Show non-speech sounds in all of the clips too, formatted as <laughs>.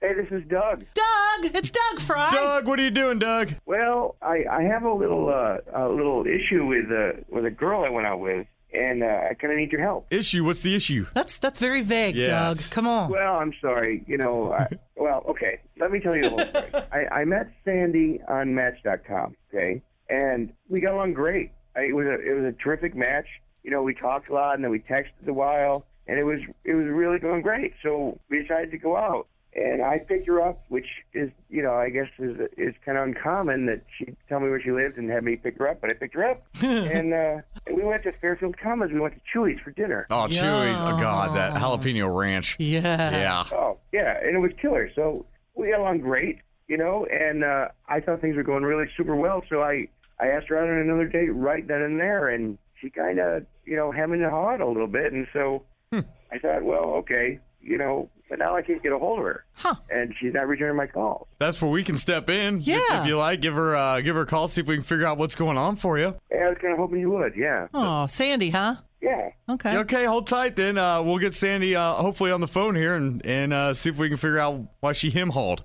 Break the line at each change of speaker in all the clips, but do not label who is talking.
Hey, this is Doug.
Doug, it's Doug Fry.
Doug, what are you doing, Doug?
Well, I, I have a little uh, a little issue with uh, with a girl I went out with, and uh, I kind of need your help.
Issue? What's the issue?
That's that's very vague,
Yes.
Doug. Come on.
Well, I'm sorry. You know, I, well, okay. Let me tell you the whole story. I, I met Sandy on Match.com, okay, and we got along great. I, it was a it was a terrific match. You know, we talked a lot, and then we texted a while, and it was it was really going great. So we decided to go out, and I picked her up, which is you know I guess is is kind of uncommon that she'd tell me where she lived and have me pick her up, but I picked her up, and uh, we went to Fairfield Commons. We went to Chewy's for dinner.
Oh, Chewy's. Oh, God, that
Yeah.
jalapeno ranch.
Yeah.
Yeah.
Oh, yeah, and it was killer. So we got along great, you know, and uh, I thought things were going really super well. So I, I asked her out on another date right then and there, and she kind of, you know, hemming and hawed a little bit. And so I thought, well, okay, you know, but now I can't get a hold of her.
Huh.
And she's not returning my calls.
That's where we can step in. if-
Yeah.
If you like, give her uh, give her a call, see if we can figure out what's going on for you.
Hey, I was kind of hoping you would, yeah.
Oh, Sandy, huh?
Yeah.
Okay.
Okay, hold tight then. Uh, we'll get Sandy uh, hopefully on the phone here and, and uh, see if we can figure out why she him hauled.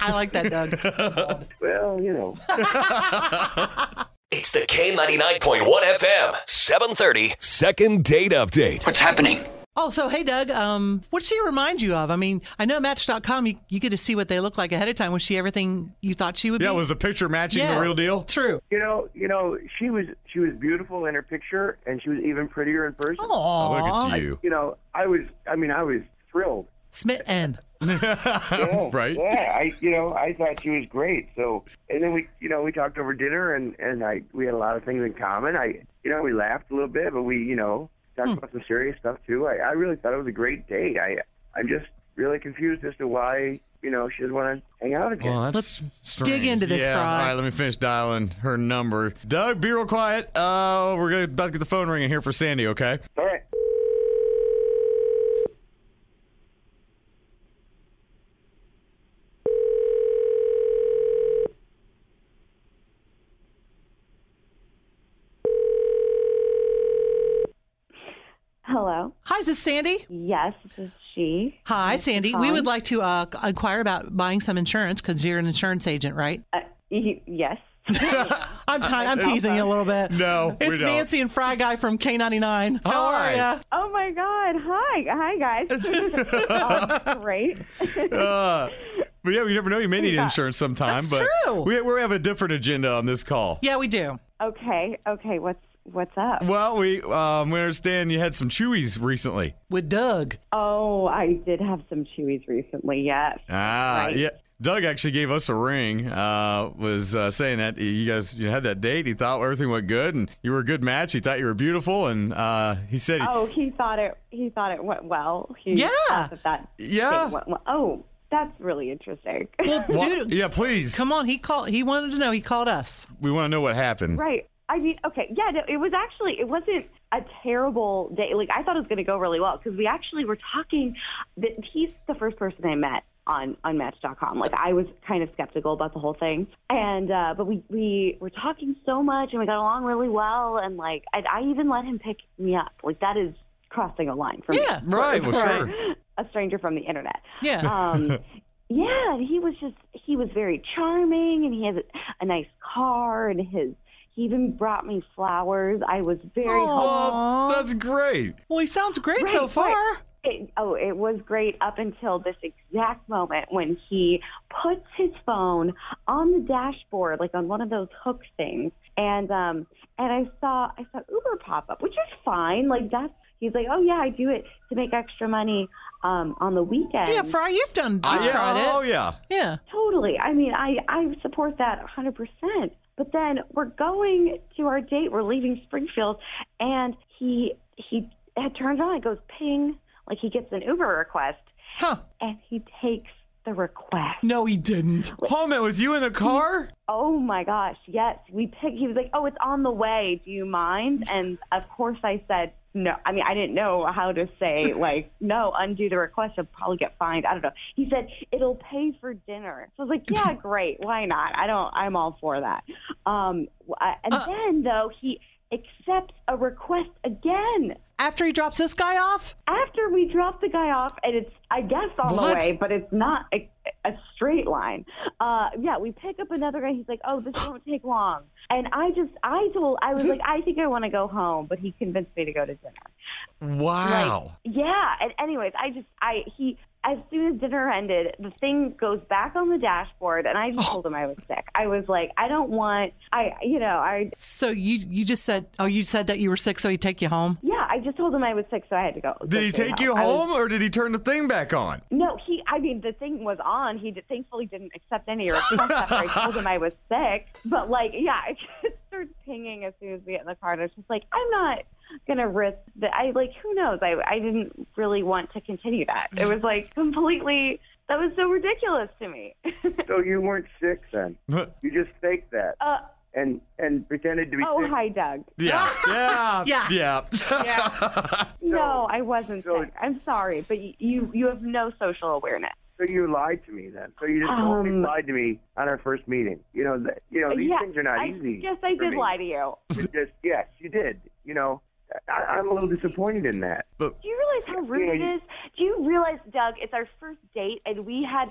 I like that, Doug.
<laughs>
Well, you know.
It's the K99.1 FM, 730.
Second date update.
What's happening?
Oh, so hey, Doug. Um, what does she remind you of? I mean, I know Match.com. You, you get to see what they look like ahead of time. Was she everything you thought she would
Yeah,
be?
was the picture matching
Yeah.
the real deal?
True.
You know, you know, she was she was beautiful in her picture, and she was even prettier in person.
Aw,
Oh, Look at
<laughs>
you.
You know, I was, I mean, I was thrilled.
smitten.
Yeah,
<laughs> Right?
Oh, Yeah, I you know I thought she was great. So and then we you know we talked over dinner and and I we had a lot of things in common. I you know we laughed a little bit, but we you know talked
Hmm.
about some serious stuff too. I, I really thought it was a great date. I I'm just really confused as to why you know she doesn't want to hang out again.
Well, that's
Let's
strange.
dig into this,
yeah.
Fry.
All right, let me finish dialing her number. Doug, be real quiet. Uh, we're gonna, about to get the phone ringing here for Sandy. Okay.
All right.
Hello.
Hi, is this Sandy?
Yes, this is she.
Hi,
Thanks for
Sandy. We
calling.
would like to uh, inquire about buying some insurance because you're an insurance agent, right?
Uh, y- yes. <laughs>
I'm, ti- I'm teasing you a little bit.
No, we
It's
don't.
Nancy and Fry Guy from K99. How
Hi.
are you?
oh my God. Hi. Hi,
<laughs>
guys. oh, great. <laughs>
Uh, but yeah, we never know. You may need
Yeah.
insurance sometime.
That's
but
true.
We, we have a different agenda on this call.
Yeah, we do.
okay. Okay. What's What's up?
Well, we um, we understand you had some chewies recently.
With Doug.
Oh, I did have some Chewies recently. Yes.
Ah,
Right.
yeah. Doug actually gave us a ring. Uh, was uh, saying that you guys you had that date. He thought everything went good, and you were a good match. He thought you were beautiful, and uh, he said,
Oh, he thought it. He thought it went well. He
Yeah.
thought that, that
Yeah.
thing Went well. Oh, that's really interesting. <laughs>
Wha-
Dude,
"Yeah, please,
come on. He called. He wanted to know. He called us.
we want to know what happened."
Right. I mean, okay, yeah. No, it was actually it wasn't a terrible day. Like I thought it was going to go really well because we actually were talking. That he's the first person I met on on Match.com. Like I was kind of skeptical about the whole thing, and uh, but we we were talking so much and we got along really well, and like I, I even let him pick me up. Like that is crossing a line for me
Yeah.
Right, well, sure.
<laughs> a stranger from the internet.
Yeah.
<laughs> Um, yeah, and he was just he was very charming, and he has a, a nice car, and his he even brought me flowers. I was very hopeful.
Oh, that's great.
Well, he sounds great so
Right,
far.
right. It, oh, it was great up until this exact moment when he puts his phone on the dashboard, like on one of those hook things, and um, and I saw I saw Uber pop up, which is fine. Like that's he's like, oh yeah, I do it to make extra money um, on the weekend.
Yeah, Fry, you've done. You've
Ah,
tried
yeah.
it.
Oh, yeah.
Yeah.
Totally. I mean, I, I support that 100%. But then we're going to our date. We're leaving Springfield, and he he had turns on. It goes ping. Like he gets an Uber request,
Huh.
and he takes the request.
No, he didn't.
Home, it was you in the car?
Oh my gosh, yes. We picked, he was like, oh, it's on the way. Do you mind? And of course I said, no. I mean, I didn't know how to say, like, no, undo the request. I'll probably get fined. I don't know. He said, it'll pay for dinner. So I was like, yeah, great. Why not? I don't, I'm all for that. Um, I- and then, though, he accepts a request again
After he drops this guy off?
after we drop the guy off, and it's I guess on
What?
the way, but it's not a, a straight line. Uh, yeah, we pick up another guy. He's like, "Oh, this won't take long," and I just I told I was like, "I think I want to go home," but he convinced me to go to dinner.
Wow.
Yeah, and anyways, I just I he as soon as dinner ended, the thing goes back on the dashboard, and I just
Oh.
told him I was sick. I was like, I don't want I you know I
So you you just said oh you said that you were sick so he'd take you home?
yeah I just told him I was sick, so I had to go.
Did
go
he
stay
take you
I was-
home or did he turn the thing back on? <laughs>
No, he. I mean, the thing was on. He did, thankfully didn't accept any requests after I told him I was sick. But like, yeah, I just started pinging as soon as we get in the car. And I was just like, I'm not gonna risk that. I like, who knows? I I didn't really want to continue that. It was like completely. That was so ridiculous to me. <laughs>
So you weren't sick then.
<laughs>
You just faked that
Uh,
and and pretended to be
oh,
sick.
hi, Doug.
Yeah. Yeah. <laughs>
Yeah.
No, I wasn't
so-
sick. I'm sorry, but y- you you have no social awareness.
So you lied to me then. So you just totally
Um,
lied to me on our first meeting. You know, th- you know these
yeah,
things are not
I
easy.
guess I
for
did
me.
lie to you.
<laughs> You Just yes, you did. You know, I, I'm a little disappointed in that.
Do you realize how rude
Yeah, you-
it is? Do you realize, Doug, it's our first date, and we had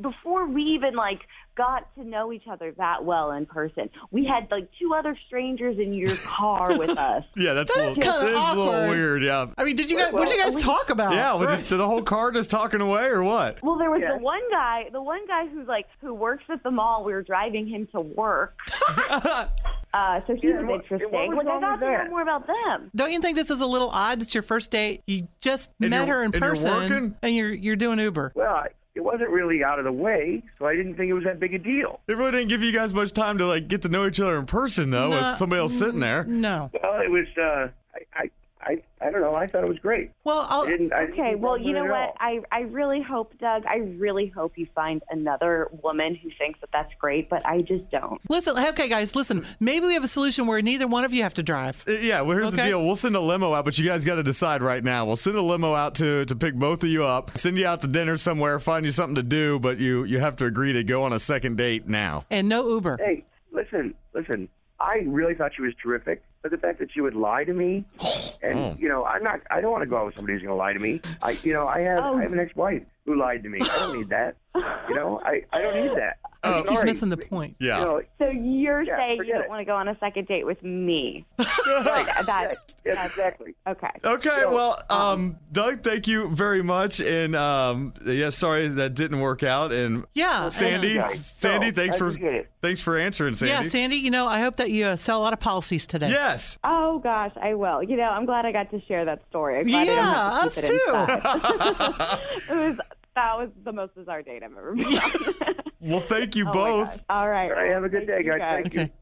before we even like got to know each other that well in person, we had like two other strangers in your
<laughs>
car with us.
Yeah, that's a
That's
little,
kinda
this is a little
awkward. Oh,
weird. Yeah.
I mean, did you guys what did you guys talk about?
Yeah. Was it, did the whole car just talking away or what?
Well, there was
Yeah.
the one guy, the one guy who's like who works at the mall. We were driving him
<laughs>
to work, uh, so he
Yeah, and
was
what-
interesting.
and what was
like, I
wrong
got
with
to know
that?
more about them.
Don't you think this is a little odd? It's your first date. You just
And
met
you're-
her in
and you're
person
working?
and you're you're doing Uber.
Well, I- it wasn't really out of the way, so I didn't think it was that big a deal.
It really didn't give you guys much time to like get to know each other in person though,
No.
with somebody else sitting there.
No.
Well, it was. Uh, I, I, I, I don't know. I thought it was great.
Well, I'll,
I didn't. I didn't
Okay,
think
well,
about
you
it
know
at
what?
all.
I, I really hope, Doug, I really hope you find another woman who thinks that that's great, but I just don't.
listen. Okay, guys, listen. Maybe we have a solution where neither one of you have to drive.
Uh, Yeah, well, here's the
Okay.
deal. We'll send a limo out, but you guys got to decide right now. We'll send a limo out to to pick both of you up, send you out to dinner somewhere, find you something to do, but you you have to agree to go on a second date now.
And no Uber.
Hey, listen, listen. I really thought she was terrific, but the fact that she would lie to
<sighs>
me, and you know, I'm not. I don't want to go out with somebody who's going to lie to me. I, you know, I have.
Oh.
I have an ex-wife who lied to me. I don't need
<laughs>
that. You know, I, I don't need that.
I think he's
sorry.
missing the point.
Yeah.
You know,
So you're saying you
forget
don't
it.
want to go on a second date
<laughs>
with me? That- that-
yes, exactly.
okay.
Okay, well, um, Doug, thank you very much, and um, yeah, sorry that didn't work out. And
Yeah,
Sandy,
and, uh,
Sandy,
No,
thanks
I
for
appreciate it.
thanks for answering, Sandy.
yeah, Sandy. You know, I hope that you uh, sell a lot of policies today.
Yes,
Oh gosh, I will. You know, I'm glad I got to share that story. I'm glad I don't have
Yeah,
to keep
us
it
too.
inside. <laughs> it was that was the most bizarre date I've ever been on.
<laughs>
<laughs>
well, thank you
Oh my
both.
gosh. All right.
All right, have a good
Thank
day,
you
guys. Thank you.
Okay.